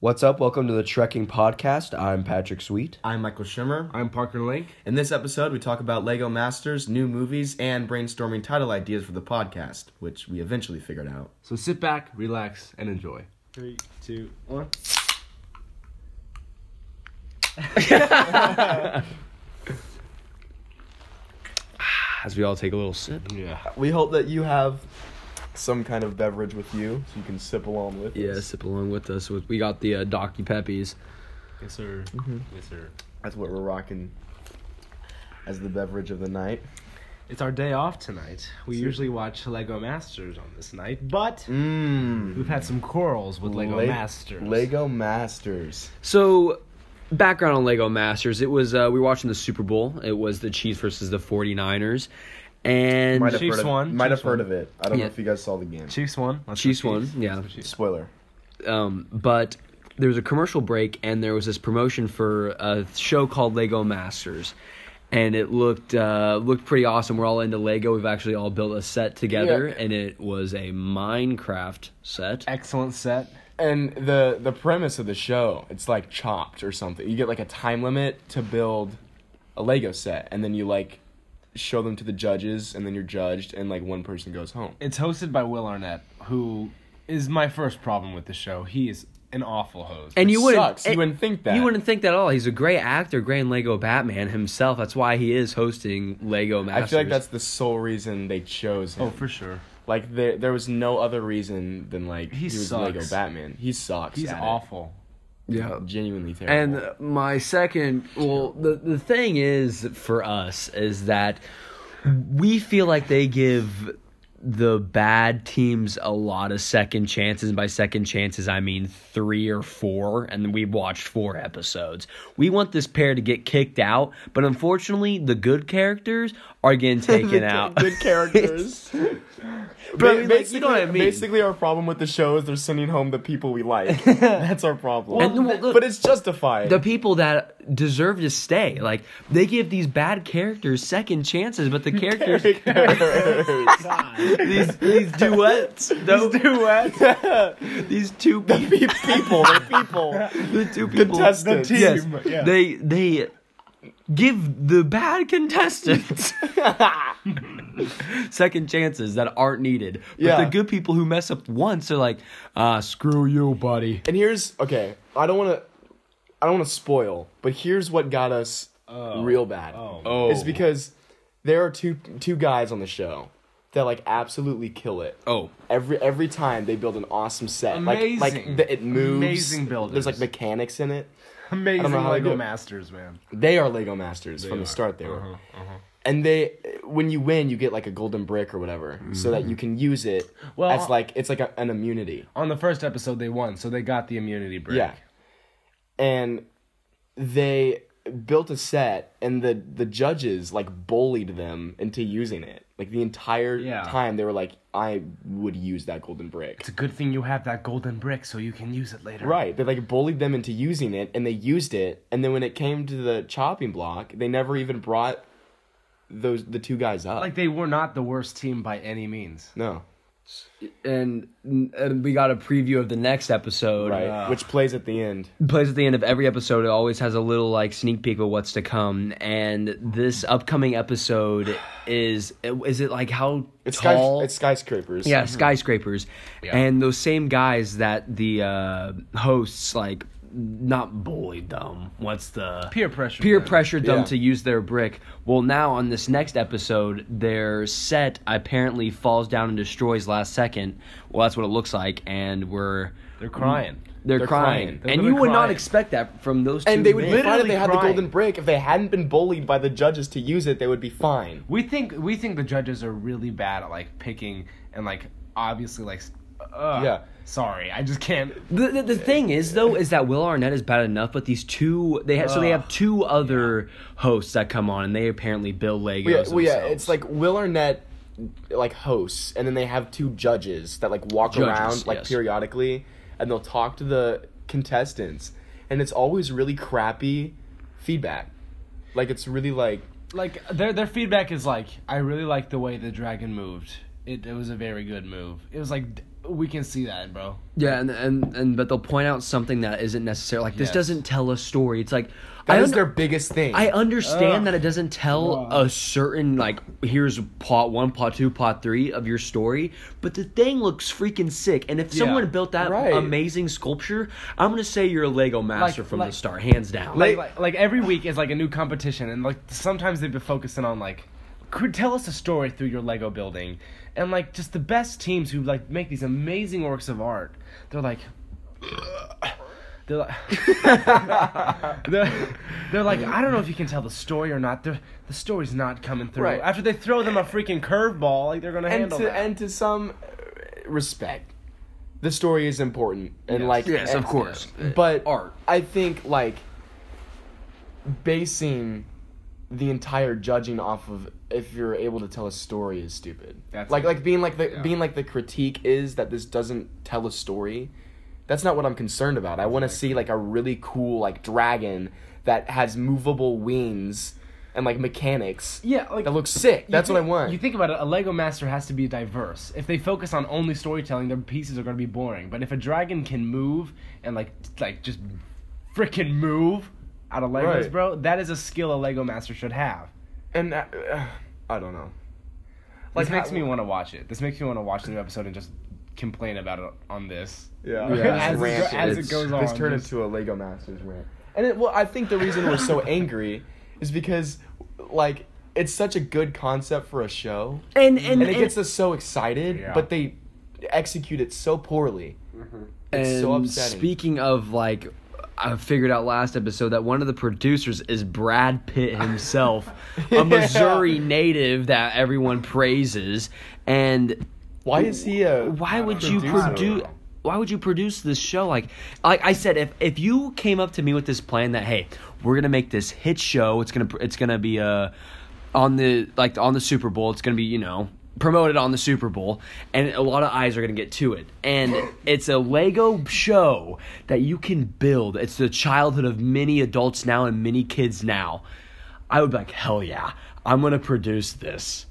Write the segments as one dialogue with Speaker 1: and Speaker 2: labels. Speaker 1: What's up? Welcome to the Trekking Podcast. I'm Patrick Sweet.
Speaker 2: I'm Michael Schimmer.
Speaker 3: I'm Parker Lake.
Speaker 2: In this episode, we talk about Lego Masters, new movies, and brainstorming title ideas for the podcast, which we eventually figured out.
Speaker 3: So sit back, relax, and enjoy.
Speaker 4: Three, two, one.
Speaker 1: As we all take a little sip.
Speaker 3: Yeah.
Speaker 2: We hope that you have some kind of beverage with you so you can sip along with
Speaker 1: Yeah, sip along with us. We got the uh, Docky Peppies.
Speaker 3: Yes, sir.
Speaker 4: Mm-hmm.
Speaker 3: Yes, sir.
Speaker 2: That's what we're rocking as the beverage of the night.
Speaker 4: It's our day off tonight. We
Speaker 2: Sweet.
Speaker 4: usually watch Lego Masters on this night, but
Speaker 2: Mmm.
Speaker 1: Mm.
Speaker 4: we've had some quarrels with Lego Masters.
Speaker 2: Lego Masters.
Speaker 1: So, background on Lego Masters. It was, uh, we were watching the Super Bowl. It was the Chiefs versus the 49ers. And
Speaker 2: Might have
Speaker 4: Chiefs
Speaker 2: heard of,
Speaker 4: won,
Speaker 2: Might
Speaker 4: Chiefs
Speaker 2: have heard
Speaker 4: won.
Speaker 2: of it. I don't
Speaker 1: Yeah.
Speaker 2: know if you guys saw the game.
Speaker 4: Chiefs won. Let's go
Speaker 1: Chiefs won, yeah.
Speaker 4: Let's go Chiefs.
Speaker 2: Spoiler.
Speaker 1: um, but there was a commercial break and there was this promotion for a show called Lego Masters. And it looked uh, looked pretty awesome. We're all into Lego. We've actually all built a set together,
Speaker 2: Yeah.
Speaker 1: and it was a Minecraft set.
Speaker 4: Excellent set.
Speaker 2: And the the premise of the show, it's like chopped or something. You get like a time limit to build a Lego set, and then you like show them to the judges, and then you're judged, and like one person goes home.
Speaker 4: It's hosted by Will Arnett, who is my first problem with the show. He is an awful host.
Speaker 1: And you wouldn't,
Speaker 2: sucks. You
Speaker 1: and-
Speaker 2: wouldn't think that.
Speaker 1: You wouldn't think that at all. He's a great actor, great in Lego Batman himself. That's why he is hosting Lego Masters.
Speaker 2: I feel like that's the sole reason they chose him.
Speaker 4: oh, for sure.
Speaker 2: Like there, there was no other reason than like he,
Speaker 4: He
Speaker 2: was
Speaker 4: sucks.
Speaker 2: Lego Batman. He sucks.
Speaker 4: He's
Speaker 2: at it.
Speaker 4: awful.
Speaker 1: yeah.
Speaker 2: Genuinely terrible.
Speaker 1: And uh, my second, well, the the thing is for us is that we feel like they give the bad teams a lot of second chances. And by second chances, I mean three or four, and we watched four episodes. We want this pair to get kicked out, but unfortunately, the good characters are getting taken out.
Speaker 2: good characters.
Speaker 1: But I mean, like, you know what I
Speaker 2: basically-
Speaker 1: mean.
Speaker 2: Basically, our problem with the show is they're sending home the people we like. That's our problem.
Speaker 1: And, well, look-
Speaker 2: but it's justified.
Speaker 1: the people that deserve to stay. Like they give these bad characters second chances, but the characters these these duets these duets these two people
Speaker 2: Pe- people, they're people.
Speaker 1: the two people
Speaker 2: Contestants. The team,
Speaker 1: Yes.
Speaker 4: yeah.
Speaker 1: they they give the bad contestants second chances that aren't needed but
Speaker 2: Yeah.
Speaker 1: the good people who mess up once are like ah screw you buddy
Speaker 2: And here's okay. I don't want to. I don't want to spoil, but here's what got us real bad.
Speaker 4: Oh.
Speaker 2: It's because there are two two guys on the show that like absolutely kill it.
Speaker 1: oh
Speaker 2: Every every time they build an awesome set, like like
Speaker 4: Amazing.
Speaker 2: the, it moves.
Speaker 4: Amazing builders.
Speaker 2: There's like mechanics in it.
Speaker 4: Amazing
Speaker 2: know how they do
Speaker 4: Lego
Speaker 2: it.
Speaker 4: Masters, man.
Speaker 2: They are Lego masters from
Speaker 4: are. Uh-huh,
Speaker 2: the start. They were, and they when you win, you get like a golden brick or whatever, so that you can use it
Speaker 4: Mm-hmm. Well,
Speaker 2: as like it's like a, an immunity.
Speaker 4: On the first episode, they won, so they got the immunity break.
Speaker 2: Yeah. And they built a set and the the judges like bullied them into using it. Like the entire
Speaker 4: Yeah.
Speaker 2: time they were like I would use that golden brick.
Speaker 4: It's a good thing you have that golden brick so you can use it later.
Speaker 2: Right. They like bullied them into using it and they used it and then when it came to the chopping block, they never even brought those the two guys up.
Speaker 4: Like they were not the worst team by any means.
Speaker 2: no.
Speaker 1: and, and we got a preview of the next episode uh,
Speaker 2: Right. Which plays at the end.
Speaker 1: plays at the end of every episode. It always has a little like sneak peek of what's to come. And this upcoming episode is is it like how
Speaker 2: It's
Speaker 1: tall?
Speaker 2: sky, it's Mhm. skyscrapers.
Speaker 1: yeah, skyscrapers. And those same guys that the uh, hosts like not bullied them. What's the
Speaker 4: Peer pressure.
Speaker 1: Peer
Speaker 4: man.
Speaker 1: pressured them
Speaker 2: Yeah.
Speaker 1: to use their brick. Well, now on this next episode, their set apparently falls down and destroys last second. Well, that's what it looks like, and we're
Speaker 4: They're crying.
Speaker 1: they're,
Speaker 2: They're
Speaker 1: crying.
Speaker 2: crying.
Speaker 4: They're
Speaker 1: and you
Speaker 4: literally
Speaker 1: would not
Speaker 4: crying.
Speaker 1: expect that from those two.
Speaker 2: And they would be fine
Speaker 1: men.
Speaker 2: if
Speaker 4: Literally
Speaker 2: they had the
Speaker 4: crying.
Speaker 2: golden brick. If they hadn't been bullied by the judges to use it, they would be fine.
Speaker 4: We think we think the judges are really bad at like picking and like obviously like s- uh,
Speaker 2: Yeah.
Speaker 4: Sorry, I just can't.
Speaker 1: The, the, the thing is though is that Will Arnett is bad enough, but these two they ha- so they have two other hosts that come on and they apparently build Legos.
Speaker 2: Well, yeah, well, yeah,
Speaker 1: themselves.
Speaker 2: it's like Will Arnett like hosts, and then they have two judges that like walk
Speaker 1: Judges,
Speaker 2: around like
Speaker 1: yes.
Speaker 2: periodically, and they'll talk to the contestants, and it's always really crappy feedback. Like it's really like
Speaker 4: Like their their feedback is like I really like the way the dragon moved. It, it was a very good move. It was like d- we can see that, bro.
Speaker 1: Yeah, and and and but they'll point out something that isn't necessary. Like this
Speaker 4: Yes.
Speaker 1: doesn't tell a story. It's like
Speaker 2: That
Speaker 1: I
Speaker 2: is
Speaker 1: un-
Speaker 2: their biggest thing.
Speaker 1: I understand
Speaker 4: Ugh.
Speaker 1: that it doesn't tell
Speaker 4: Ugh.
Speaker 1: a certain like here's plot one, plot two, plot three of your story, but the thing looks freaking sick. And if
Speaker 4: Yeah.
Speaker 1: someone built that
Speaker 2: Right.
Speaker 1: amazing sculpture, I'm gonna say you're a Lego master from
Speaker 4: like-
Speaker 1: the start, hands down.
Speaker 4: Like, like like every week is like a new competition, and like sometimes they've been focusing on like, could tell us a story through your Lego building, and like just the best teams who like make these amazing works of art. They're like. They're like, they're, they're like, I don't know if you can tell the story or not. They're, the story's not coming through.
Speaker 2: Right.
Speaker 4: After they throw them a freaking curveball, like they're gonna
Speaker 2: and
Speaker 4: handle
Speaker 2: to
Speaker 4: that.
Speaker 2: and to some uh, respect, the story is important and
Speaker 4: Yes.
Speaker 2: like
Speaker 1: Yes, of
Speaker 2: eh,
Speaker 1: course.
Speaker 2: But
Speaker 1: Art.
Speaker 2: I think like basing the entire judging off of if you're able to tell a story is stupid.
Speaker 4: That's-
Speaker 2: like like being like the
Speaker 4: yeah.
Speaker 2: being like the critique is that this doesn't tell a story. That's not what I'm concerned about. I want to see like a really cool like dragon that has movable wings and like mechanics
Speaker 4: yeah, like
Speaker 2: that looks sick. That's
Speaker 4: You
Speaker 2: what I
Speaker 4: think-
Speaker 2: want.
Speaker 4: You think about it, a Lego master has to be diverse. If they focus on only storytelling, their pieces are going to be boring. But if a dragon can move and like t- like just freaking move out of Legos,
Speaker 2: Right.
Speaker 4: bro, that is a skill a Lego master should have.
Speaker 2: and uh, uh, I don't know.
Speaker 4: This
Speaker 2: Like,
Speaker 4: makes
Speaker 2: how-
Speaker 4: me want to watch it. This makes me want to watch the new episode and just complain about it on this.
Speaker 2: Yeah.
Speaker 1: Yeah.
Speaker 4: as, it,
Speaker 2: Rant.
Speaker 4: go- as
Speaker 1: It's-
Speaker 4: it goes on.
Speaker 2: This turned
Speaker 4: just-
Speaker 2: into a Lego Masters rant. And it, well, I think the reason we're so angry is because, like, it's such a good concept for a show,
Speaker 1: and and,
Speaker 2: and it gets us so excited,
Speaker 4: Yeah.
Speaker 2: but they execute it so poorly. It's
Speaker 1: and
Speaker 2: so upsetting.
Speaker 1: Speaking of like, I figured out last episode that one of the producers is Brad Pitt himself,
Speaker 2: Yeah.
Speaker 1: a Missouri native that everyone praises, and
Speaker 2: Why is he a?
Speaker 1: why would you
Speaker 2: producer?
Speaker 1: produce? Why would you produce this show? Like, like I said, if if you came up to me with this plan that hey, we're gonna make this hit show, it's gonna it's gonna be uh, on the like on the Super Bowl, it's gonna be you know promoted on the Super Bowl, and a lot of eyes are gonna get to it, and it's a Lego show that you can build. It's the childhood of many adults now and many kids now. I would be like, hell yeah, I'm gonna produce this.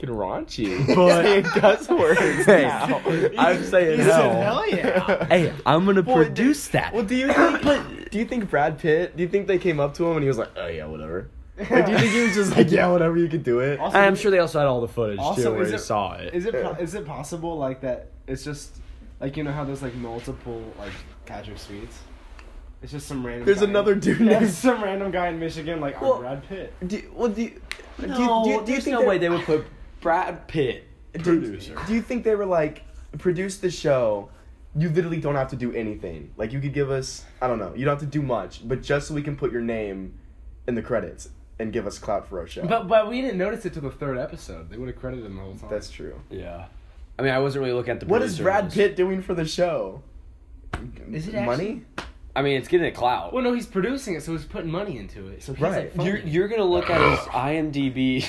Speaker 2: Fucking raunchy? But Gus words now.
Speaker 1: I'm saying
Speaker 4: Hell yeah!
Speaker 1: hey, I'm gonna
Speaker 2: Well,
Speaker 1: produce
Speaker 2: do-
Speaker 1: that.
Speaker 2: Well, do you think? do you think Brad Pitt? Do you think they came up to him and he was like, "Oh yeah, whatever"? Or do you think he was just like, "Yeah, whatever, you can do it"?
Speaker 4: Also,
Speaker 1: I'm sure they also had all the footage too,
Speaker 4: Also,
Speaker 1: where
Speaker 4: is
Speaker 1: they
Speaker 4: it-
Speaker 1: saw it.
Speaker 4: Is it po- is it possible like that? It's just like you know how there's like multiple like Patrick Sweets. It's just some random.
Speaker 2: There's
Speaker 4: guy
Speaker 2: another
Speaker 4: in,
Speaker 2: dude
Speaker 4: Yeah,
Speaker 2: named-
Speaker 4: some random guy in Michigan. Like I'm Brad Pitt.
Speaker 2: Do, well, do you, do you-
Speaker 1: no,
Speaker 2: do you, do you
Speaker 1: there's
Speaker 2: think
Speaker 1: no way they would put Brad Pitt
Speaker 2: do,
Speaker 1: producer.
Speaker 2: do you think they were like produce the show? You literally don't have to do anything. Like you could give us, I don't know, you don't have to do much, but just so we can put your name in the credits and give us clout for our show.
Speaker 4: But but we didn't notice it till the third episode. They would have credited him the whole time.
Speaker 2: That's true.
Speaker 1: Yeah, I mean, I wasn't really looking at the.
Speaker 2: What is
Speaker 1: producer
Speaker 2: Brad
Speaker 1: list.
Speaker 2: Pitt doing for the show?
Speaker 4: Is it
Speaker 2: money?
Speaker 1: I mean, it's getting a clout.
Speaker 4: well, no, he's producing it, so he's putting money into it. So he's
Speaker 2: Right.
Speaker 4: like,
Speaker 1: You're you're gonna look at his IMDb,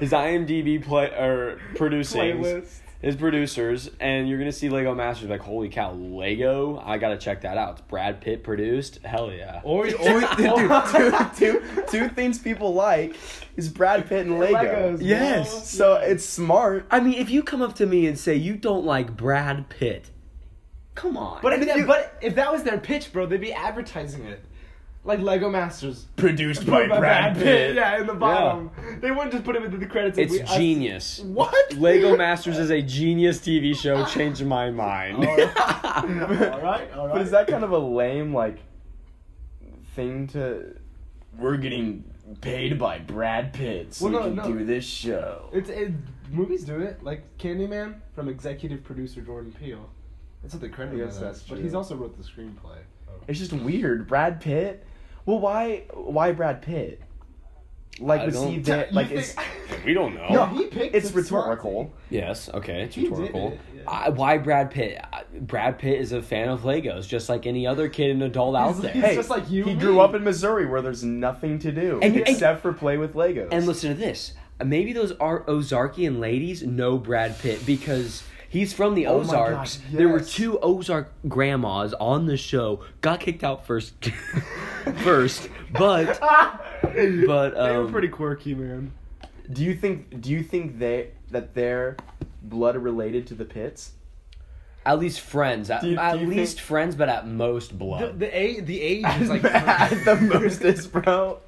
Speaker 1: his IMDb play or producing
Speaker 4: Playlist.
Speaker 1: his producers, and you're gonna see Lego Masters like, holy cow, Lego! I gotta check that out. It's Brad Pitt produced. Hell yeah!
Speaker 4: Or, or,
Speaker 2: Only- dude, two, two, two things people like is Brad Pitt and Lego.
Speaker 4: Legos, bro.
Speaker 2: yes. So it's smart.
Speaker 1: I mean, if you come up to me and say you don't like Brad Pitt, come on.
Speaker 4: But if, that, but if that was their pitch, bro, they'd be advertising it. Like Lego Masters.
Speaker 2: Produced
Speaker 4: By Yeah, in the bottom. They wouldn't just put him into the credits. if
Speaker 1: it's
Speaker 4: we- us-
Speaker 1: genius.
Speaker 4: What?
Speaker 1: Lego Masters is a genius TV show. Changed my mind.
Speaker 4: all right, all right.
Speaker 2: But is that kind of a lame like thing to? We're getting paid by Brad Pitt, so
Speaker 4: Well,
Speaker 2: we
Speaker 4: no,
Speaker 2: can
Speaker 4: no.
Speaker 2: do this show.
Speaker 4: It's it, movies do it like Candyman from executive producer Jordan Peele. That's what they credit
Speaker 2: Yes,
Speaker 4: him
Speaker 2: that's
Speaker 4: as, but
Speaker 2: true.
Speaker 4: he's also wrote the screenplay.
Speaker 2: It's just weird, Brad Pitt. Well, why? Why Brad Pitt? Like
Speaker 1: I
Speaker 2: was he
Speaker 1: don't-
Speaker 2: there? Like
Speaker 4: You
Speaker 2: is
Speaker 4: think-
Speaker 1: we don't know.
Speaker 4: No, he picked
Speaker 2: it's
Speaker 4: the smart
Speaker 2: rhetorical.
Speaker 1: Yes. Okay. It's
Speaker 4: He did
Speaker 1: rhetorical.
Speaker 4: it, yeah.
Speaker 1: I, why Brad Pitt? I- Brad Pitt is a fan of Legos, just like any other kid and adult out
Speaker 4: He's-
Speaker 1: there.
Speaker 4: he's- It's just like you
Speaker 2: He
Speaker 4: and
Speaker 2: grew
Speaker 4: me.
Speaker 2: up in Missouri where there's nothing to do
Speaker 1: And- and-
Speaker 2: except for play with Legos.
Speaker 1: and listen to this. Maybe those are Ozarkian ladies know Brad Pitt because. He's from the
Speaker 2: Oh my
Speaker 1: Ozarks.
Speaker 2: God,
Speaker 1: There were
Speaker 2: yes.
Speaker 1: two Ozark grandmas on the show. Got kicked out first, first, but but um,
Speaker 4: they were pretty quirky, man.
Speaker 2: do you think? Do you think they that they're blood related to the Pitts?
Speaker 1: At least friends. At,
Speaker 2: Do you- do
Speaker 1: at
Speaker 2: you think-
Speaker 1: least friends, but at most
Speaker 4: The,
Speaker 1: blood.
Speaker 4: the age, the age is like
Speaker 2: the most is bro.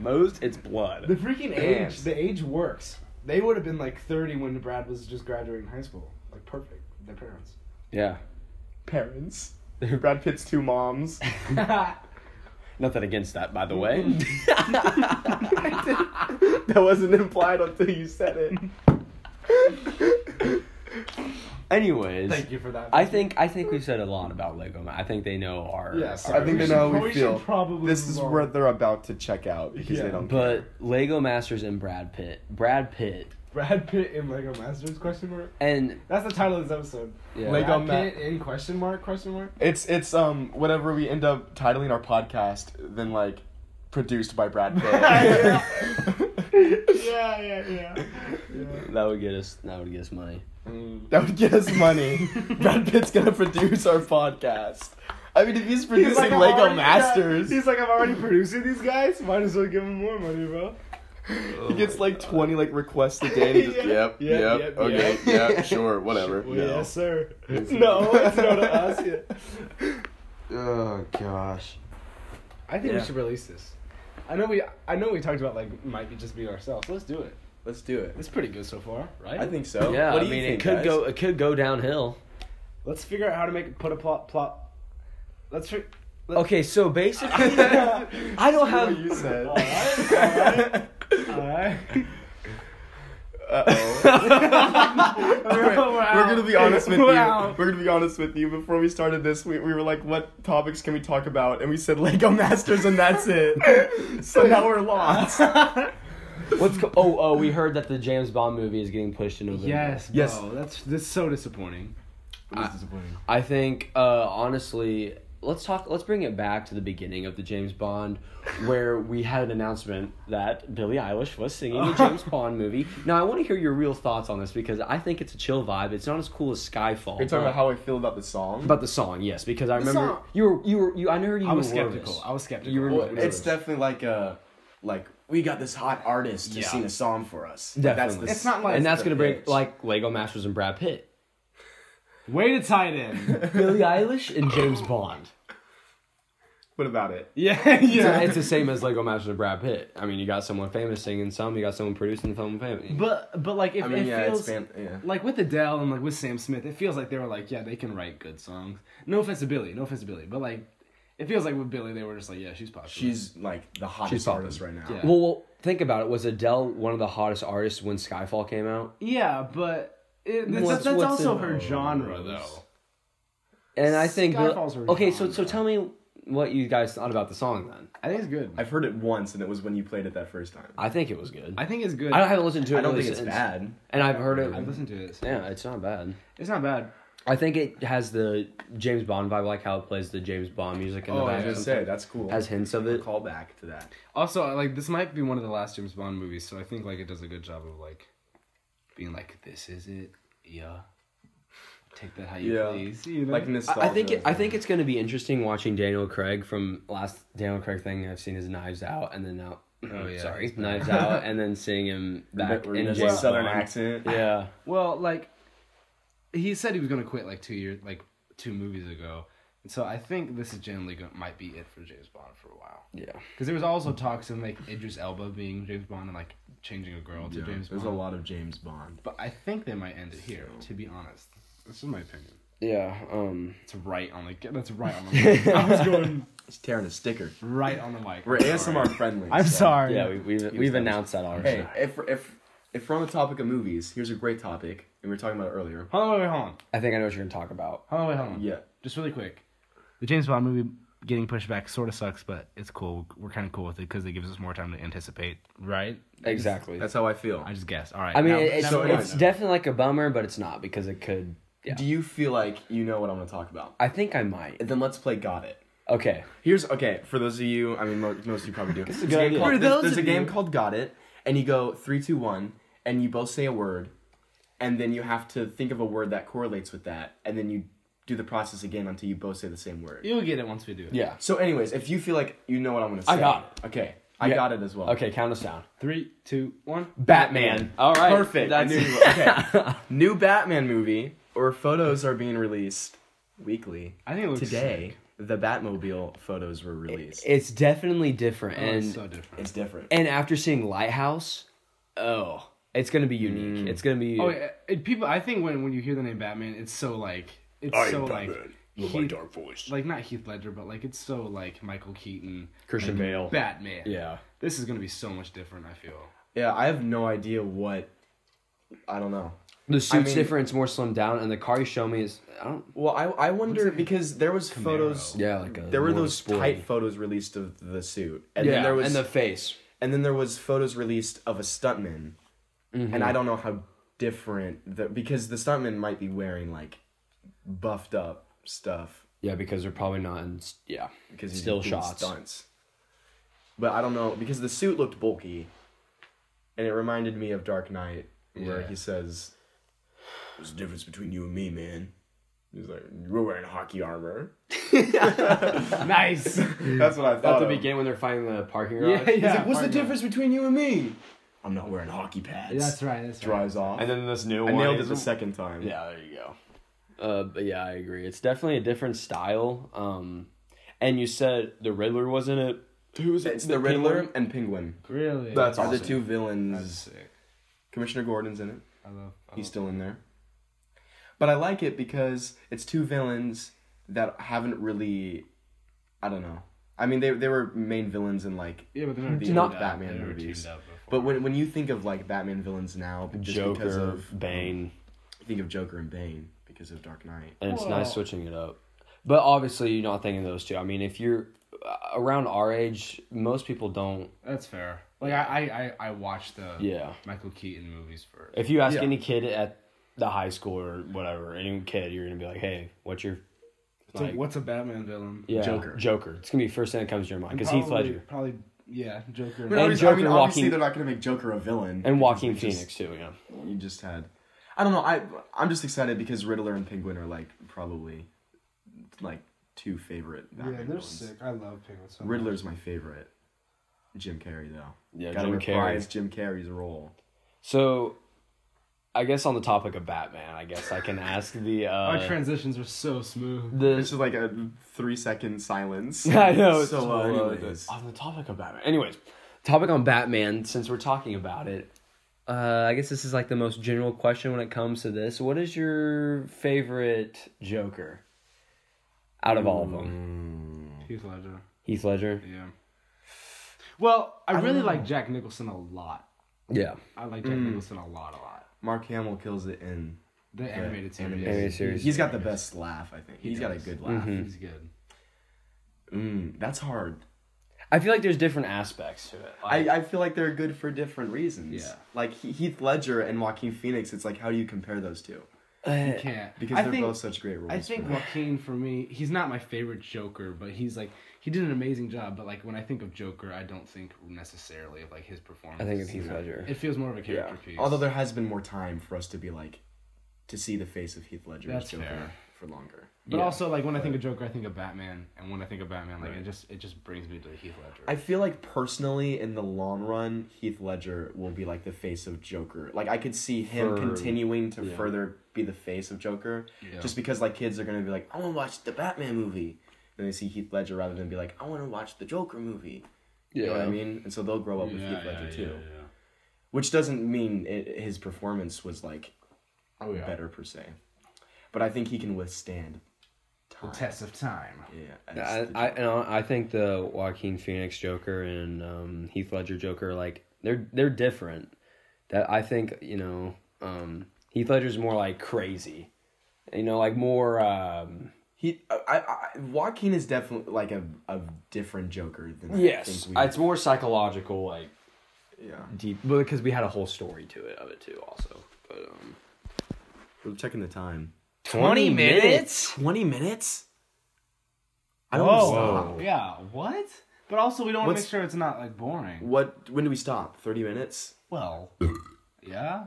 Speaker 1: most, it's
Speaker 4: the
Speaker 1: blood.
Speaker 4: freaking age.
Speaker 2: Yes.
Speaker 4: The age works. They would have been like thirty when Brad was just graduating high school. Like perfect. Their parents.
Speaker 1: Yeah.
Speaker 2: Parents. Brad Pitt's two moms.
Speaker 1: Nothing against that, by the way.
Speaker 2: that wasn't implied until you said it.
Speaker 1: Anyways,
Speaker 4: Thank you for that.
Speaker 1: I think I think we've said a lot about Lego. Man. I think they know our.
Speaker 2: yes,
Speaker 1: our-
Speaker 2: I think
Speaker 4: We
Speaker 2: they
Speaker 4: should
Speaker 2: know how
Speaker 4: pro-
Speaker 2: we
Speaker 4: we should
Speaker 2: feel.
Speaker 4: probably
Speaker 2: this
Speaker 4: move
Speaker 2: is
Speaker 4: on.
Speaker 2: where they're about to check out because
Speaker 4: Yeah.
Speaker 2: they don't.
Speaker 1: But Lego Masters and Brad Pitt. Brad Pitt
Speaker 4: Brad Pitt in Lego Masters question mark.
Speaker 1: and
Speaker 4: That's the title of this episode.
Speaker 1: Yeah.
Speaker 4: Lego
Speaker 2: Brad
Speaker 4: Brad
Speaker 2: Pitt
Speaker 4: in question mark question mark.
Speaker 2: It's it's um whatever we end up titling our podcast, then like produced by Brad Pitt.
Speaker 4: Yeah, yeah, yeah.
Speaker 1: that would get us. That would get us money.
Speaker 2: that would get us money. Brad Pitt's gonna produce our podcast. I mean, if he's producing
Speaker 4: "I've
Speaker 2: Lego
Speaker 4: already-
Speaker 2: Masters,
Speaker 4: yeah." He's like, I'm already producing these guys. Might as well give him more money, bro.
Speaker 1: Oh
Speaker 2: he gets like twenty like requests a day. And he's just,
Speaker 4: Yeah.
Speaker 2: Oh yep,
Speaker 4: Yeah,
Speaker 2: yep,
Speaker 4: yep,
Speaker 2: okay,
Speaker 1: yeah."
Speaker 2: yeah. sure, whatever.
Speaker 4: Well,
Speaker 2: no.
Speaker 4: Yes, sir.
Speaker 2: Yes, sir.
Speaker 4: no, it's no to us. Yeah.
Speaker 2: Oh gosh.
Speaker 4: I think
Speaker 1: Yeah.
Speaker 4: we should release this. I know we, I know we talked about like might be just being ourselves. Let's do it.
Speaker 2: Let's do it.
Speaker 4: It's pretty good so far, right?
Speaker 2: I think so.
Speaker 1: Yeah,
Speaker 2: What do
Speaker 1: I
Speaker 2: you
Speaker 1: mean,
Speaker 2: think,
Speaker 1: it could
Speaker 2: guys?
Speaker 1: go. It could go downhill.
Speaker 4: Let's figure out how to make put a plot plot. Let's. Fi- let-
Speaker 1: Okay, so basically, I don't
Speaker 2: What you
Speaker 1: have.
Speaker 2: said.
Speaker 4: Alright, alright.
Speaker 2: We're,
Speaker 4: Wow.
Speaker 2: we're gonna be honest with
Speaker 4: Wow.
Speaker 2: you. We're gonna be honest with you. Before we started this, we, we were like, "What topics can we talk about?" And we said Lego Masters, and that's it. so now we're lost.
Speaker 1: What's co- oh oh? We heard that the James Bond movie is getting pushed to November.
Speaker 4: Yes,
Speaker 2: Yes.
Speaker 4: bro. That's that's so disappointing.
Speaker 1: I-
Speaker 4: disappointing.
Speaker 1: I think uh, honestly, let's talk. Let's bring it back to the beginning of the James Bond, where we had an announcement that Billie Eilish was singing the James Bond movie. Now I want to hear your real thoughts on this because I think it's a chill vibe. It's not as cool as Skyfall.
Speaker 2: You're talking
Speaker 1: but-
Speaker 2: about how I feel about the song.
Speaker 1: about the song, yes, because I remember
Speaker 4: song.
Speaker 1: you were you were you. I know you
Speaker 4: I was
Speaker 1: were
Speaker 4: skeptical.
Speaker 1: nervous.
Speaker 4: I was skeptical.
Speaker 1: You were
Speaker 2: Well,
Speaker 1: nervous.
Speaker 2: it's definitely like a like we got this hot artist to
Speaker 4: Yeah.
Speaker 2: sing a song for us.
Speaker 1: Definitely.
Speaker 2: That's
Speaker 4: It's not like-
Speaker 1: and that's
Speaker 2: the
Speaker 1: gonna break
Speaker 2: pitch.
Speaker 1: like Lego Masters and Brad Pitt,
Speaker 4: Way to tie it in.
Speaker 1: Billie Eilish and James Bond.
Speaker 2: What about it?
Speaker 4: yeah, yeah.
Speaker 1: It's the same as Lego Masters and Brad Pitt. I mean, you got someone famous singing some, you got someone producing some famous.
Speaker 4: But but like if
Speaker 2: I mean,
Speaker 4: it
Speaker 2: yeah,
Speaker 4: feels
Speaker 2: it's fan- yeah.
Speaker 4: like with Adele and like with Sam Smith, it feels like they were like, yeah, they can write good songs. No offense to Billy, no offense to Billy, but like it feels like with Billy, they were just like, yeah, she's popular.
Speaker 2: She's like the hottest
Speaker 1: She's poppin'.
Speaker 2: artist right now.
Speaker 4: Yeah.
Speaker 1: Well, well, think about it. Was Adele one of the hottest artists when Skyfall came out?
Speaker 4: yeah, but it, that's,
Speaker 1: What's-
Speaker 4: that's
Speaker 1: what's
Speaker 4: also
Speaker 1: in-
Speaker 4: her genre though.
Speaker 1: And I think Bill-
Speaker 4: Skyfall's her
Speaker 1: okay. So, so
Speaker 4: genre.
Speaker 1: tell me what you guys thought about the song then.
Speaker 4: I think it's good. I,
Speaker 2: I've heard it once, and it was when you played it that first time.
Speaker 1: I think it was good. I,
Speaker 4: think it's good.
Speaker 1: don't haven't listened to it.
Speaker 2: I don't
Speaker 1: really
Speaker 2: think it's
Speaker 1: since.
Speaker 2: bad.
Speaker 1: And I've heard
Speaker 4: I've
Speaker 1: it.
Speaker 4: listened to it.
Speaker 1: Yeah, it's not bad.
Speaker 4: It's not bad.
Speaker 1: I think it has the James Bond vibe, like how it plays the James Bond music in the
Speaker 2: Oh, I
Speaker 1: back.
Speaker 2: was gonna say that's cool.
Speaker 1: has hints of it.
Speaker 2: callback to that.
Speaker 4: Also, I- like this might be one of the last James Bond movies, so I think like it does a good job of like being like, this is it, yeah. Take that how you
Speaker 2: Yeah.
Speaker 4: please. You know?
Speaker 2: Like nostalgia.
Speaker 1: I I think it, I think it's gonna be interesting watching Daniel Craig from last Daniel Craig thing I've seen is Knives Out and then now
Speaker 4: Oh, yeah,
Speaker 1: sorry
Speaker 4: he's back.
Speaker 1: Knives Out and then seeing him back
Speaker 2: Where
Speaker 1: in
Speaker 2: he
Speaker 1: a
Speaker 2: does a southern accent.
Speaker 1: Yeah,
Speaker 4: Well, like he said he was gonna quit like two years, like two movies ago, and so I think this is generally going might be it for James Bond for a while.
Speaker 1: yeah.
Speaker 4: Because there was also talks in like Idris Elba being James Bond and like changing a girl to
Speaker 2: Yeah,
Speaker 4: James
Speaker 2: there's
Speaker 4: Bond.
Speaker 2: a lot of James Bond.
Speaker 4: But I think they might end it here. To be honest, this is my opinion.
Speaker 1: Yeah, um,
Speaker 4: It's right on the. That's right on the. mic. I was going
Speaker 2: He's tearing a sticker.
Speaker 4: right on the mic.
Speaker 2: We're
Speaker 4: I'm sorry.
Speaker 2: ASMR friendly.
Speaker 4: I'm
Speaker 2: so-
Speaker 4: sorry.
Speaker 1: yeah, we, we've we've announced that already.
Speaker 2: Hey, if if if we're on the topic of movies, here's a great topic, and we were talking about it earlier.
Speaker 4: Hold on, wait, wait, hold on.
Speaker 1: I think I know what you're gonna talk about.
Speaker 4: Hold on, wait, hold on.
Speaker 2: Yeah.
Speaker 4: Just really quick. The James Bond movie getting pushed back sort of sucks, but it's cool. We're kind of cool with it because it gives us more time to anticipate, right?
Speaker 1: Exactly.
Speaker 2: That's how I feel.
Speaker 4: I just guessed. All right.
Speaker 1: I mean,
Speaker 4: now-
Speaker 1: it- it's,
Speaker 4: now
Speaker 2: so
Speaker 4: moving on.
Speaker 1: it's definitely like a bummer, but it's not because it could. Yeah,
Speaker 2: Do you feel like you know what I'm gonna talk about?
Speaker 1: I think I might.
Speaker 2: Then let's play Got It.
Speaker 1: Okay,
Speaker 2: Here's okay for those of you. I mean, mo- most of you probably do. There's a
Speaker 1: good idea.
Speaker 2: game
Speaker 1: For
Speaker 2: called,
Speaker 4: those
Speaker 2: there's, there's a
Speaker 4: of
Speaker 2: game
Speaker 4: you-
Speaker 2: called Got It, and you go three, two, one, and you both say a word, and then you have to think of a word that correlates with that, and then you do the process again until you both say the same word.
Speaker 4: You'll get it once we do it.
Speaker 1: yeah.
Speaker 2: So, anyways, if you feel like you know what I'm gonna say,
Speaker 1: I got
Speaker 2: it. Okay, I
Speaker 1: Yeah.
Speaker 2: got it as well.
Speaker 1: Okay, count us down.
Speaker 4: Three, two, one.
Speaker 1: Batman. All right,
Speaker 2: perfect. I
Speaker 1: That's
Speaker 2: knew you- okay. New Batman movie or photos are being released weekly.
Speaker 4: I think it looks
Speaker 2: Today, the Batmobile photos were released.
Speaker 1: It's definitely different,
Speaker 3: Oh,
Speaker 1: and
Speaker 3: it's so different.
Speaker 2: it's different.
Speaker 1: and after seeing Lighthouse, oh, it's gonna be unique. It's gonna be
Speaker 4: Oh, yeah, it, people. I think when when you hear the name Batman, it's so like it's so like Heath,
Speaker 2: voice.
Speaker 4: like not Heath Ledger, but like it's so like Michael Keaton,
Speaker 1: Christian
Speaker 4: like,
Speaker 1: Bale.
Speaker 4: Batman.
Speaker 2: Yeah.
Speaker 4: this is gonna be so much different. I feel.
Speaker 2: Yeah, I have no idea what. I don't know.
Speaker 1: the suit's
Speaker 2: mean-
Speaker 1: different. It's more slimmed down, and the car you show me is I don't.
Speaker 2: Well, I I wonder because there was photos.
Speaker 1: Yeah, like a
Speaker 2: there were
Speaker 1: more
Speaker 2: those
Speaker 1: sporty.
Speaker 2: tight photos released of the suit, and
Speaker 1: Yeah,
Speaker 2: then there was
Speaker 1: and the face.
Speaker 2: and then there was photos released of a stuntman,
Speaker 1: Mm-hmm.
Speaker 2: and I don't know how different the because the stuntman might be wearing like buffed up stuff
Speaker 1: Yeah, because they're probably not in. Yeah,
Speaker 2: because he's
Speaker 1: still
Speaker 2: doing
Speaker 1: shots.
Speaker 2: stunts. But I don't know because the suit looked bulky, and it reminded me of Dark Knight where
Speaker 4: Yeah.
Speaker 2: he says, "There's a difference between you and me, man." He's like, "You're wearing hockey armor."
Speaker 4: nice.
Speaker 2: That's what I
Speaker 1: At
Speaker 2: thought.
Speaker 1: the
Speaker 2: of.
Speaker 1: beginning when they're finding the parking garage.
Speaker 4: yeah, yeah. Pardon me.
Speaker 2: between you and me? I'm not wearing hockey pads.
Speaker 4: That's right. That's right.
Speaker 2: Drives off.
Speaker 3: And then this new
Speaker 2: I
Speaker 3: one.
Speaker 2: nailed it
Speaker 3: is-
Speaker 2: the second time.
Speaker 3: Yeah, there you go.
Speaker 1: Uh, but yeah, I agree. It's definitely a different style. Um, and you said the Riddler was in it.
Speaker 2: Who's it's the, Riddler and Penguin.
Speaker 4: Really.
Speaker 3: That's
Speaker 2: Are
Speaker 3: awesome.
Speaker 2: the two villains.
Speaker 4: That's sick.
Speaker 2: Commissioner Gordon's in it.
Speaker 4: I love. I
Speaker 2: He's
Speaker 4: love-
Speaker 2: still in there. But I like it because it's two villains that haven't really. I don't know. I mean, they they were main villains in like.
Speaker 4: Yeah, but they're not
Speaker 2: the
Speaker 4: teamed
Speaker 2: old
Speaker 4: up.
Speaker 2: Batman
Speaker 4: They were
Speaker 2: movies.
Speaker 4: teamed up before.
Speaker 2: But when when you think of like Batman villains now, just because
Speaker 1: Joker,
Speaker 2: of um,
Speaker 1: Bane,
Speaker 2: think of Joker and Bane because of Dark Knight.
Speaker 1: and it's
Speaker 4: Well-
Speaker 1: nice switching it up. But obviously, you're not thinking of those two. I mean, if you're uh, around our age, most people don't.
Speaker 4: That's fair. Like I, I, I, I watched the
Speaker 1: Yeah.
Speaker 4: Michael Keaton movies first.
Speaker 1: If you ask
Speaker 2: Yeah.
Speaker 1: any kid at the high school or whatever, any kid, you're gonna be like, "Hey, what's your
Speaker 4: So
Speaker 1: like-
Speaker 4: what's a Batman villain?
Speaker 1: yeah,
Speaker 2: Joker.
Speaker 1: Joker?" It's gonna be the first thing that comes to your mind because
Speaker 4: Probably-
Speaker 1: Heath Ledger
Speaker 4: Probably, yeah, Joker.
Speaker 1: And
Speaker 2: obviously- I mean,
Speaker 1: Joker
Speaker 2: obviously
Speaker 1: walking-
Speaker 2: they're not going to make Joker a villain.
Speaker 1: and Joaquin
Speaker 2: because
Speaker 1: Phoenix too. Yeah,
Speaker 2: You just, you just had. I don't know. I I'm just excited because Riddler and Penguin are like probably like two favorite.
Speaker 4: yeah,
Speaker 2: Batman
Speaker 4: they're
Speaker 2: villains.
Speaker 4: sick. I love Penguin. So much.
Speaker 2: Riddler's my favorite. Jim Carrey though.
Speaker 1: Yeah,
Speaker 2: Gotta
Speaker 1: Jim Carrey.
Speaker 2: reprise Jim Carrey's role.
Speaker 1: So, I guess on the topic of Batman, I guess I can ask the.
Speaker 4: Our
Speaker 1: Uh,
Speaker 4: transitions are so smooth.
Speaker 1: the
Speaker 2: This is like a three second silence.
Speaker 1: I know. it's
Speaker 2: So uh,
Speaker 1: horrible.
Speaker 2: anyways,
Speaker 1: on the topic of Batman. Anyways, topic on Batman. Since we're talking about it, uh, I guess this is like the most general question when it comes to this. What is your favorite Joker? Out of all of
Speaker 2: Hmm.
Speaker 1: them,
Speaker 4: Heath Ledger.
Speaker 1: Heath Ledger.
Speaker 4: Yeah. Well, I, really like Jack Nicholson a lot.
Speaker 1: Yeah.
Speaker 4: I like Jack Nicholson a lot, a lot.
Speaker 2: Mark Hamill kills it in.
Speaker 4: The animated series.
Speaker 2: animated
Speaker 1: Anyway, serious.
Speaker 2: He's got the best laugh. I think
Speaker 4: He
Speaker 2: he's got a
Speaker 4: does.
Speaker 2: good
Speaker 4: Mm-hmm.
Speaker 2: laugh.
Speaker 4: He's good.
Speaker 2: Mm, that's hard.
Speaker 1: I feel like there's different aspects to it. Like,
Speaker 2: I, I feel like they're good for different reasons.
Speaker 4: Yeah.
Speaker 2: Like He- Heath Ledger and Joaquin Phoenix, it's like how do you compare those two?
Speaker 1: uh,
Speaker 4: Can't
Speaker 2: Because
Speaker 4: I
Speaker 2: they're
Speaker 4: think-
Speaker 2: both such great roles.
Speaker 4: I think
Speaker 2: for me.
Speaker 4: Joaquin for me, he's not my favorite Joker, but he's like he did an amazing job. But like when I think of Joker, I don't think necessarily of like his performance.
Speaker 1: I think of Heath Ledger.
Speaker 4: It feels more of a
Speaker 2: yeah.
Speaker 4: character piece.
Speaker 2: Although there has been more time for us to be like to see the face of Heath Ledger as
Speaker 4: That's
Speaker 2: Joker
Speaker 4: fair.
Speaker 2: for longer.
Speaker 4: but
Speaker 1: Yeah.
Speaker 4: also like when I think of Joker, I think of Batman, and when I think of Batman, like it just it just brings me to Heath Ledger.
Speaker 2: I feel like personally in the long run, Heath Ledger will be like the face of Joker. Like I could see him
Speaker 1: For-
Speaker 2: continuing to
Speaker 1: yeah.
Speaker 2: further be the face of Joker.
Speaker 4: Yeah.
Speaker 2: Just because like kids are gonna be like, I wanna watch the Batman movie. And they see Heath Ledger rather than be like, I wanna watch the Joker movie. You know what I mean? And so they'll grow up with Heath Ledger too. Which doesn't mean it, his performance was like
Speaker 4: Oh yeah.
Speaker 2: better per se. But I think he can withstand
Speaker 4: The
Speaker 2: time.
Speaker 4: test of time.
Speaker 2: Yeah.
Speaker 1: I,
Speaker 2: as the
Speaker 1: I,
Speaker 2: Joker.
Speaker 1: and I I think the Joaquin Phoenix Joker and um, Heath Ledger Joker like they're they're different. That I think you know um, Heath Ledger's more like crazy, you know, like more um,
Speaker 2: He, I, I, I- Joaquin is definitely like a, a different Joker than
Speaker 1: yes,
Speaker 2: I
Speaker 1: it's
Speaker 2: think
Speaker 1: more psychological, like
Speaker 2: we. Yeah,
Speaker 1: deep well, because we had a whole story to it of it too, also. But um,
Speaker 2: we're checking the time.
Speaker 1: 20 minutes?
Speaker 2: Twenty minutes. I don't wanna
Speaker 4: Oh
Speaker 2: stop.
Speaker 4: yeah. What? But also we don't want to
Speaker 2: What's-
Speaker 4: make sure it's not like boring.
Speaker 2: What? When do we stop? Thirty minutes.
Speaker 4: Well. Yeah.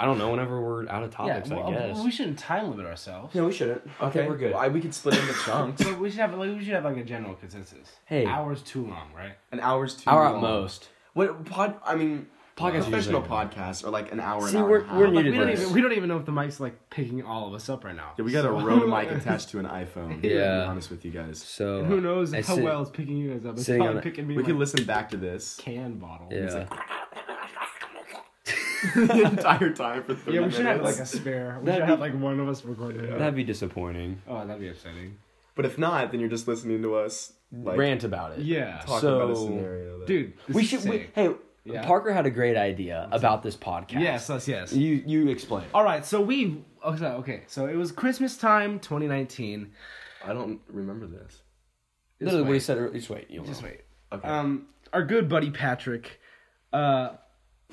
Speaker 1: I don't know. Whenever we're out of
Speaker 4: Yeah.
Speaker 1: topics,
Speaker 4: well,
Speaker 1: I guess.
Speaker 4: we shouldn't time limit ourselves.
Speaker 1: no, we shouldn't. Okay, we're good.
Speaker 2: Well, I, we could split into chunks.
Speaker 4: But we should have like, we should have like a general consensus.
Speaker 1: Hey.
Speaker 4: hours too long, right?
Speaker 2: An hour's too.
Speaker 1: Hour at
Speaker 2: long.
Speaker 1: most.
Speaker 2: What pod? I mean,
Speaker 1: Podcasts
Speaker 2: professional
Speaker 1: usually-
Speaker 2: podcasts are like an hour.
Speaker 5: See,
Speaker 2: an hour
Speaker 5: we're-
Speaker 2: and a half.
Speaker 5: we're
Speaker 4: Like,
Speaker 5: muted
Speaker 4: we don't
Speaker 5: this.
Speaker 4: even we don't even know if the mic's like picking all of us up right now.
Speaker 2: Yeah, we got a
Speaker 4: So-
Speaker 2: Rode mic attached to an iPhone.
Speaker 5: Yeah.
Speaker 2: to be honest with you guys,
Speaker 5: So
Speaker 4: And who knows
Speaker 5: I
Speaker 4: how
Speaker 5: sit-
Speaker 4: well it's picking you guys up? It's
Speaker 5: sitting on
Speaker 4: probably
Speaker 5: it.
Speaker 4: picking me.
Speaker 2: we
Speaker 4: like,
Speaker 2: can listen back to this
Speaker 4: can bottle.
Speaker 5: Yeah.
Speaker 2: the entire time for thirty
Speaker 4: Yeah, we
Speaker 2: minutes.
Speaker 4: should have like a spare. We
Speaker 5: That'd
Speaker 4: should
Speaker 5: be-
Speaker 4: have like one of us recording. it.
Speaker 5: That'd be disappointing.
Speaker 4: Oh, that'd be upsetting.
Speaker 2: But if not, then you're just listening to us like
Speaker 1: Rant about it.
Speaker 4: Yeah,
Speaker 2: talk
Speaker 5: So-
Speaker 2: about a scenario. That...
Speaker 4: dude. this
Speaker 5: We
Speaker 4: is
Speaker 5: should. We,
Speaker 4: sick.
Speaker 5: hey,
Speaker 4: Yeah.
Speaker 5: Parker had a great idea about this podcast.
Speaker 4: yes, yes, yes.
Speaker 1: You you explain.
Speaker 4: All right, so we okay, okay. So it was Christmas time, 2019.
Speaker 1: I don't remember this.
Speaker 4: Literally what he
Speaker 1: said. Just wait. You
Speaker 4: Just wait.
Speaker 1: Okay.
Speaker 4: Um, our good buddy Patrick, uh,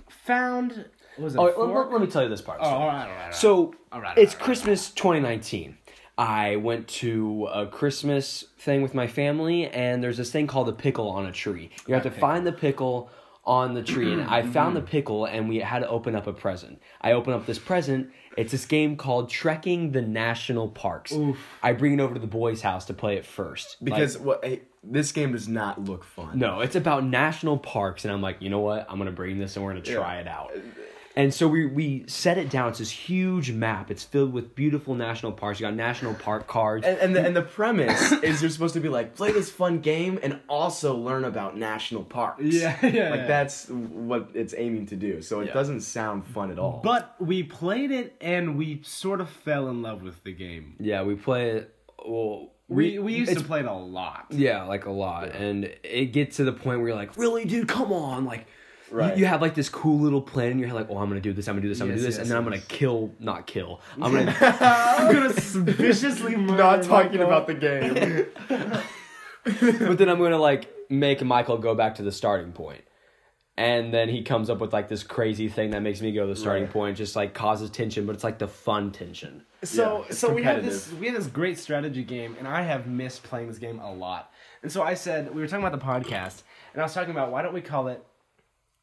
Speaker 4: found what was it? Oh,
Speaker 1: All right, let, let- let me tell you this part.
Speaker 4: oh, all right, all right, all right.
Speaker 1: So
Speaker 4: All right, all
Speaker 1: it's
Speaker 4: right, all
Speaker 1: Christmas 2019. I went to a Christmas thing with my family, and there's this thing called a pickle on a tree. You have to find the pickle on the tree, and I found the
Speaker 4: Mm.
Speaker 1: pickle, and we had to open up a present. I open up this present. It's this game called Trekking the National Parks. I bring it over to the boys' house to play it first Like,
Speaker 2: Because what hey, this game does not look fun.
Speaker 1: no, it's about national parks, and I'm like, you know what? I'm gonna bring this and we're gonna try it out. And so we we set it down. It's this huge map. It's filled with beautiful national parks. You got national park cards.
Speaker 2: And, and, the, and the premise is you're supposed to be like play this fun game and also learn about national parks.
Speaker 4: Yeah, yeah,
Speaker 2: Like
Speaker 4: yeah.
Speaker 2: that's what it's aiming to do. So it doesn't sound fun at all.
Speaker 4: but we played it and we sort of fell in love with the game.
Speaker 1: yeah, we play it. Well,
Speaker 4: We we used to
Speaker 1: it's-
Speaker 4: play it a lot.
Speaker 1: Yeah, like a lot, and it gets to the point where you're like, really, dude, come on, like. you-
Speaker 2: Right.
Speaker 1: You, have like this cool little plan in your head, like, oh, I'm gonna do this, I'm gonna do this, I'm gonna
Speaker 4: Yes,
Speaker 1: do this,
Speaker 4: yes,
Speaker 1: and then I'm gonna
Speaker 4: yes.
Speaker 1: kill, not kill. I'm gonna
Speaker 4: I'm gonna viciously murder
Speaker 2: not talking
Speaker 4: Michael.
Speaker 2: about the game.
Speaker 1: but then I'm gonna like make Michael go back to the starting point. And then he comes up with like this crazy thing that makes me go to the starting point, just like causes tension, but it's like the fun tension.
Speaker 4: So
Speaker 2: Yeah, it's
Speaker 4: so we had this
Speaker 2: competitive.
Speaker 4: we had this great strategy game, and I have missed playing this game a lot. And so I said we were talking about the podcast, and I was talking about why don't we call it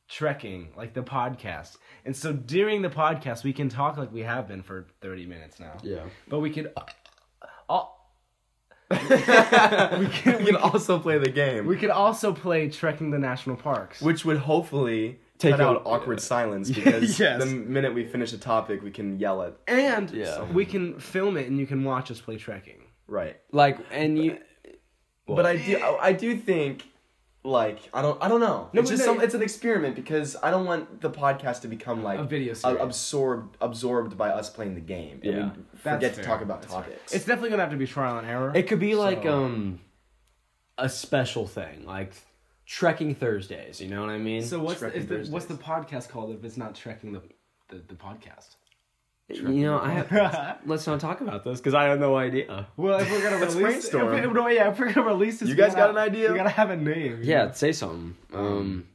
Speaker 4: trekking, like the podcast. And so during the podcast, we can talk like we have been for thirty minutes now.
Speaker 1: Yeah.
Speaker 4: But we could, all,
Speaker 2: you can also play the game,
Speaker 4: we could also play trekking the national parks.
Speaker 2: which would hopefully
Speaker 1: Take
Speaker 2: take out
Speaker 1: out-
Speaker 2: awkward silence because
Speaker 4: Yes.
Speaker 2: the minute we finish a topic, we can yell at
Speaker 4: and
Speaker 1: Yeah.
Speaker 4: we can film it, and you can watch us play trekking.
Speaker 2: right.
Speaker 1: Like, and you,
Speaker 2: But I do, I I do think, like, I don't, I don't know. it's
Speaker 4: but
Speaker 2: just
Speaker 4: no,
Speaker 2: some, it's an experiment because I don't want the podcast to become like
Speaker 4: A video series.
Speaker 2: absorbed, absorbed by us playing the game. and
Speaker 1: Yeah.
Speaker 2: we
Speaker 4: That's
Speaker 2: forget to
Speaker 4: fair.
Speaker 2: talk about topics.
Speaker 4: It's definitely gonna have to be trial and error.
Speaker 1: it could be like
Speaker 4: So-
Speaker 1: um a special thing, like trekking Thursdays. You know what I mean?
Speaker 4: So what's the,
Speaker 2: Trekking
Speaker 4: if the, what's the
Speaker 2: Thursdays.
Speaker 4: podcast called if it's not trekking the the, the podcast?
Speaker 1: you know, I have, let's not talk about this because I have no idea.
Speaker 4: Well, if we're gonna
Speaker 2: Let's
Speaker 4: release, if,
Speaker 2: brainstorm.
Speaker 4: we- no, yeah, if we're gonna release this,
Speaker 2: You
Speaker 4: we
Speaker 2: guys got
Speaker 4: gotta-
Speaker 2: an idea?
Speaker 4: We gotta have a name.
Speaker 1: Yeah, say something. Um,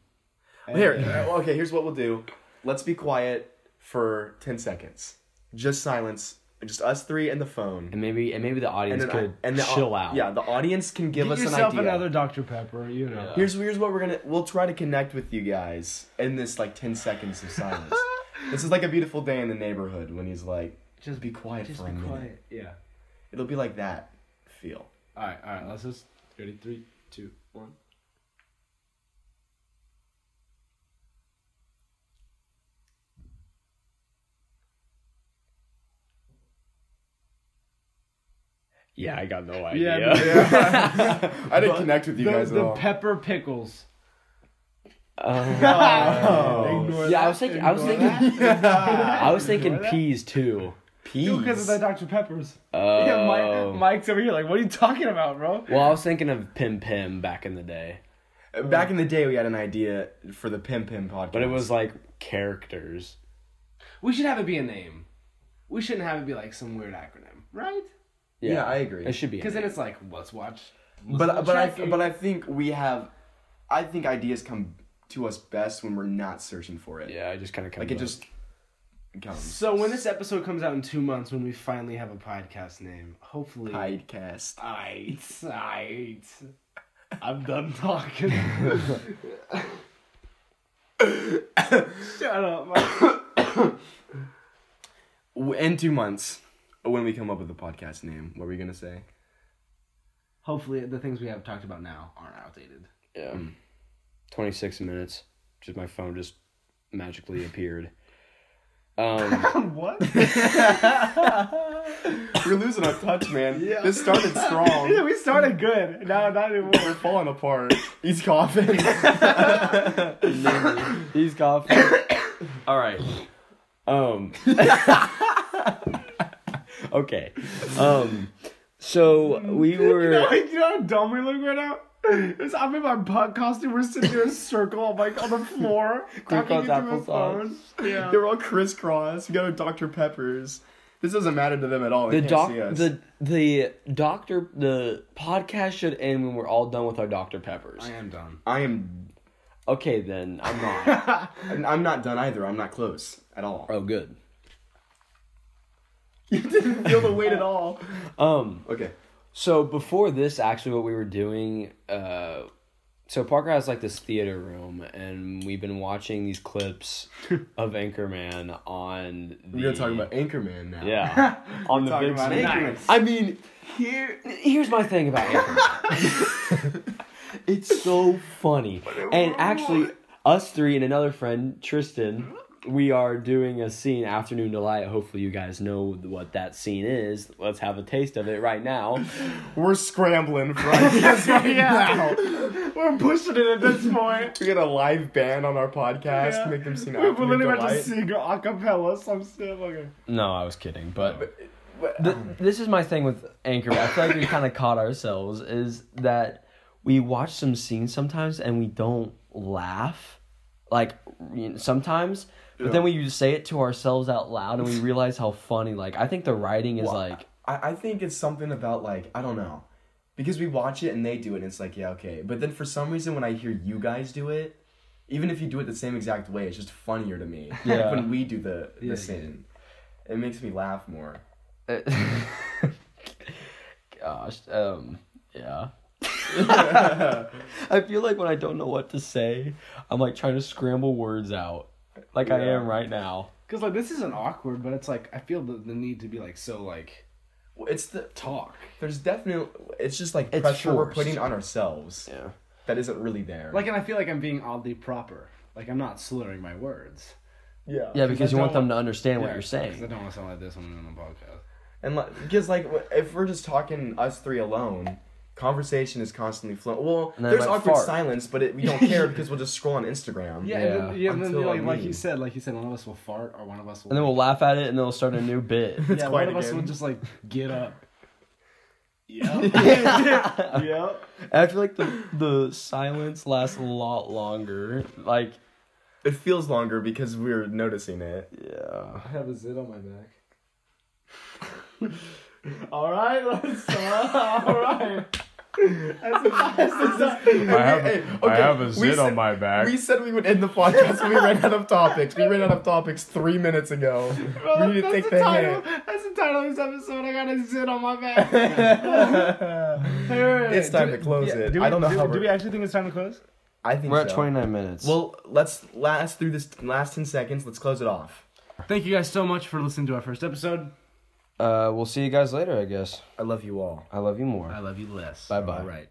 Speaker 2: Here, uh, okay. Here's what we'll do. Let's be quiet for ten seconds. Just silence. Just us three and the phone.
Speaker 1: and maybe and maybe the audience
Speaker 2: then I-
Speaker 1: could
Speaker 2: the, au-
Speaker 1: chill out.
Speaker 2: Yeah, the audience can give
Speaker 4: Give
Speaker 2: us an
Speaker 4: yourself
Speaker 2: idea.
Speaker 4: another Dr Pepper. You know.
Speaker 2: Here's here's what we're gonna we'll try to connect with you guys in this like ten seconds of silence. this is like a beautiful day in the neighborhood when he's like, just be quiet
Speaker 4: Just
Speaker 2: for
Speaker 4: be
Speaker 2: a minute.
Speaker 4: quiet. Yeah.
Speaker 2: It'll be like that feel.
Speaker 4: All right. All right. Let's just ready. Three, two, one.
Speaker 1: yeah, I got no
Speaker 4: Yeah.
Speaker 1: idea.
Speaker 2: I didn't connect with you
Speaker 4: The,
Speaker 2: guys Oh. at
Speaker 4: the
Speaker 2: all.
Speaker 4: pepper pickles. Ignore
Speaker 1: Um, Yeah, I
Speaker 4: that,
Speaker 1: was thinking. I was
Speaker 4: ignore
Speaker 1: thinking. I was
Speaker 4: Ignore
Speaker 1: thinking
Speaker 4: that.
Speaker 1: peas too.
Speaker 2: Peas.
Speaker 4: that. because of the Dr Peppers.
Speaker 1: Oh.
Speaker 4: Yeah, Mike, Mike's over here. Like, what are you talking about, bro?
Speaker 1: Well, I was thinking of Pim Pim back in the day,
Speaker 2: Back in the day, we had an idea for the Pim Pim podcast,
Speaker 1: but it was like characters.
Speaker 4: We should have it be a name. We shouldn't have it be like some weird acronym, right?
Speaker 2: yeah, I agree.
Speaker 1: It should be.
Speaker 4: Because then it's like, let's watch. let's
Speaker 2: but
Speaker 4: watch
Speaker 2: but I
Speaker 4: Shrek.
Speaker 2: but I think we have, I think ideas come to us best when we're not searching for it.
Speaker 1: yeah, I just kind of
Speaker 2: like it just comes.
Speaker 4: So when this episode comes out in two months, when we finally have a podcast name, hopefully.
Speaker 2: Podcast.
Speaker 4: I. I. I'm done talking. Shut up, Mike.
Speaker 2: in two months when we come up with the podcast name what were you gonna say
Speaker 4: Hopefully, the things we have talked about now aren't outdated.
Speaker 1: yeah. Twenty six minutes. Just my phone just
Speaker 2: magically appeared. Um,
Speaker 4: what?
Speaker 2: we're losing our touch, man. This started strong.
Speaker 4: we started good. Now not anymore.
Speaker 2: We're falling apart. He's coughing.
Speaker 4: He's coughing.
Speaker 2: All right. Um. okay. Um.
Speaker 1: So we were.
Speaker 4: Like, you know how dumb we look right now? It's- I'm in my punk costume. We're sitting in a circle, I'm like on the floor, talking
Speaker 2: Crinkles
Speaker 4: into my
Speaker 2: applesauce.
Speaker 4: phone. Yeah.
Speaker 2: They're all crisscross. We got our Dr. Peppers. This doesn't matter to them at all. They
Speaker 1: The
Speaker 2: can't
Speaker 1: doc,
Speaker 2: see us.
Speaker 1: the the doctor, the podcast should end when we're all done with our Dr Peppers.
Speaker 6: I am done.
Speaker 2: I am.
Speaker 1: Okay, then I'm not.
Speaker 2: I'm not done either. I'm not close at all.
Speaker 1: oh, good.
Speaker 2: You didn't feel the weight at all.
Speaker 1: Um,
Speaker 2: Okay.
Speaker 1: so before this, actually, what we were doing, uh, so Parker has like this theater room, and we've been watching these clips of Anchorman on. The,
Speaker 7: We're gonna talk about Anchorman now.
Speaker 1: yeah on the
Speaker 2: Talking
Speaker 1: big
Speaker 2: about
Speaker 1: screen.
Speaker 2: Anchorman.
Speaker 1: I mean, here here's my thing about Anchorman. it's so funny, and actually, us three and another friend, Tristan, we are doing a scene, Afternoon Delight. Hopefully, you guys know what that scene is. Let's have a taste of it right now.
Speaker 2: We're scrambling for ideas right now.
Speaker 4: We're pushing it at this point.
Speaker 2: We got a live band on our podcast
Speaker 4: Yeah.
Speaker 2: to make them sing
Speaker 4: We're
Speaker 2: Afternoon
Speaker 4: literally about to
Speaker 2: Delight.
Speaker 4: sing a cappella some stuff. Okay.
Speaker 1: No, I was kidding, but. Th- this is my thing with Anchorman. I feel like we kind of caught ourselves is that we watch some scenes sometimes and we don't laugh, like you know, sometimes. But then we just say it to ourselves out loud and we realize how funny. Like I think the writing is
Speaker 2: Well,
Speaker 1: like
Speaker 2: I, I think it's something about like I don't know, because we watch it and they do it, and it's like yeah okay. But then for some reason, when I hear you guys do it, even if you do it the same exact way, it's just funnier to me. Like,
Speaker 1: Yeah.
Speaker 2: when we do the the same, it makes me laugh more.
Speaker 1: gosh, um, yeah. I feel like when I don't know what to say, I'm like trying to scramble words out, like I am right now.
Speaker 4: Because like this isn't awkward, but it's like I feel the, the need to be like so like
Speaker 2: Well, It's the
Speaker 4: talk.
Speaker 2: there's definitely it's just like
Speaker 1: It's
Speaker 2: pressure we're
Speaker 1: forced.
Speaker 2: putting on ourselves
Speaker 1: Yeah.
Speaker 2: that isn't really there.
Speaker 4: Like, and I feel like I'm being oddly proper. Like I'm not slurring my words.
Speaker 2: yeah,
Speaker 1: Yeah, because you
Speaker 4: I
Speaker 1: want
Speaker 4: don't-
Speaker 1: them to understand what
Speaker 4: Yeah,
Speaker 1: you're
Speaker 4: 'cause I
Speaker 1: saying.
Speaker 4: don't want to sound like this on the podcast.
Speaker 2: and like, because like w- if we're just talking us three alone. Conversation is constantly flowing. Well,
Speaker 1: And I
Speaker 2: there's
Speaker 1: might
Speaker 2: awkward
Speaker 1: fart.
Speaker 2: silence, but it, we don't care because we'll just scroll on Instagram.
Speaker 4: Yeah, and then, yeah, and then
Speaker 2: Until
Speaker 4: like,
Speaker 2: I
Speaker 4: like
Speaker 2: leave.
Speaker 4: he said, like he said, one of us will fart or one of us will.
Speaker 1: And then we'll laugh at it and then we'll start a new bit.
Speaker 2: It's
Speaker 4: yeah,
Speaker 2: quiet
Speaker 4: one of us
Speaker 2: again.
Speaker 4: will just like get up. Yep. yep.
Speaker 1: I feel like the the silence lasts a lot longer. Like
Speaker 2: It feels longer because we're noticing it.
Speaker 1: yeah.
Speaker 4: I have a zit on my back. all right, let's stop. All right. That's the last
Speaker 2: I
Speaker 7: have- I have a zit on my back.
Speaker 2: We said we would end the podcast when we ran out of topics. We ran out of topics three minutes ago. we need to take the
Speaker 4: title.
Speaker 2: hit.
Speaker 4: That's the title of this episode. I got a zit on my back. Wait, wait, wait.
Speaker 2: It's time
Speaker 4: Do-
Speaker 2: to close
Speaker 4: yeah,
Speaker 2: it.
Speaker 4: do
Speaker 2: I don't know
Speaker 4: do,
Speaker 2: how
Speaker 4: Do
Speaker 2: we're-
Speaker 4: we actually think it's time to close?
Speaker 2: I think
Speaker 1: We're at
Speaker 2: so.
Speaker 1: twenty nine minutes.
Speaker 2: Well, let's last through this last ten seconds. Let's close it off.
Speaker 4: Thank you guys so much for listening to our first episode.
Speaker 1: uh we'll see you guys later, I guess.
Speaker 2: I love you all.
Speaker 1: I love you more.
Speaker 4: love you less.
Speaker 1: Bye-bye.
Speaker 4: right.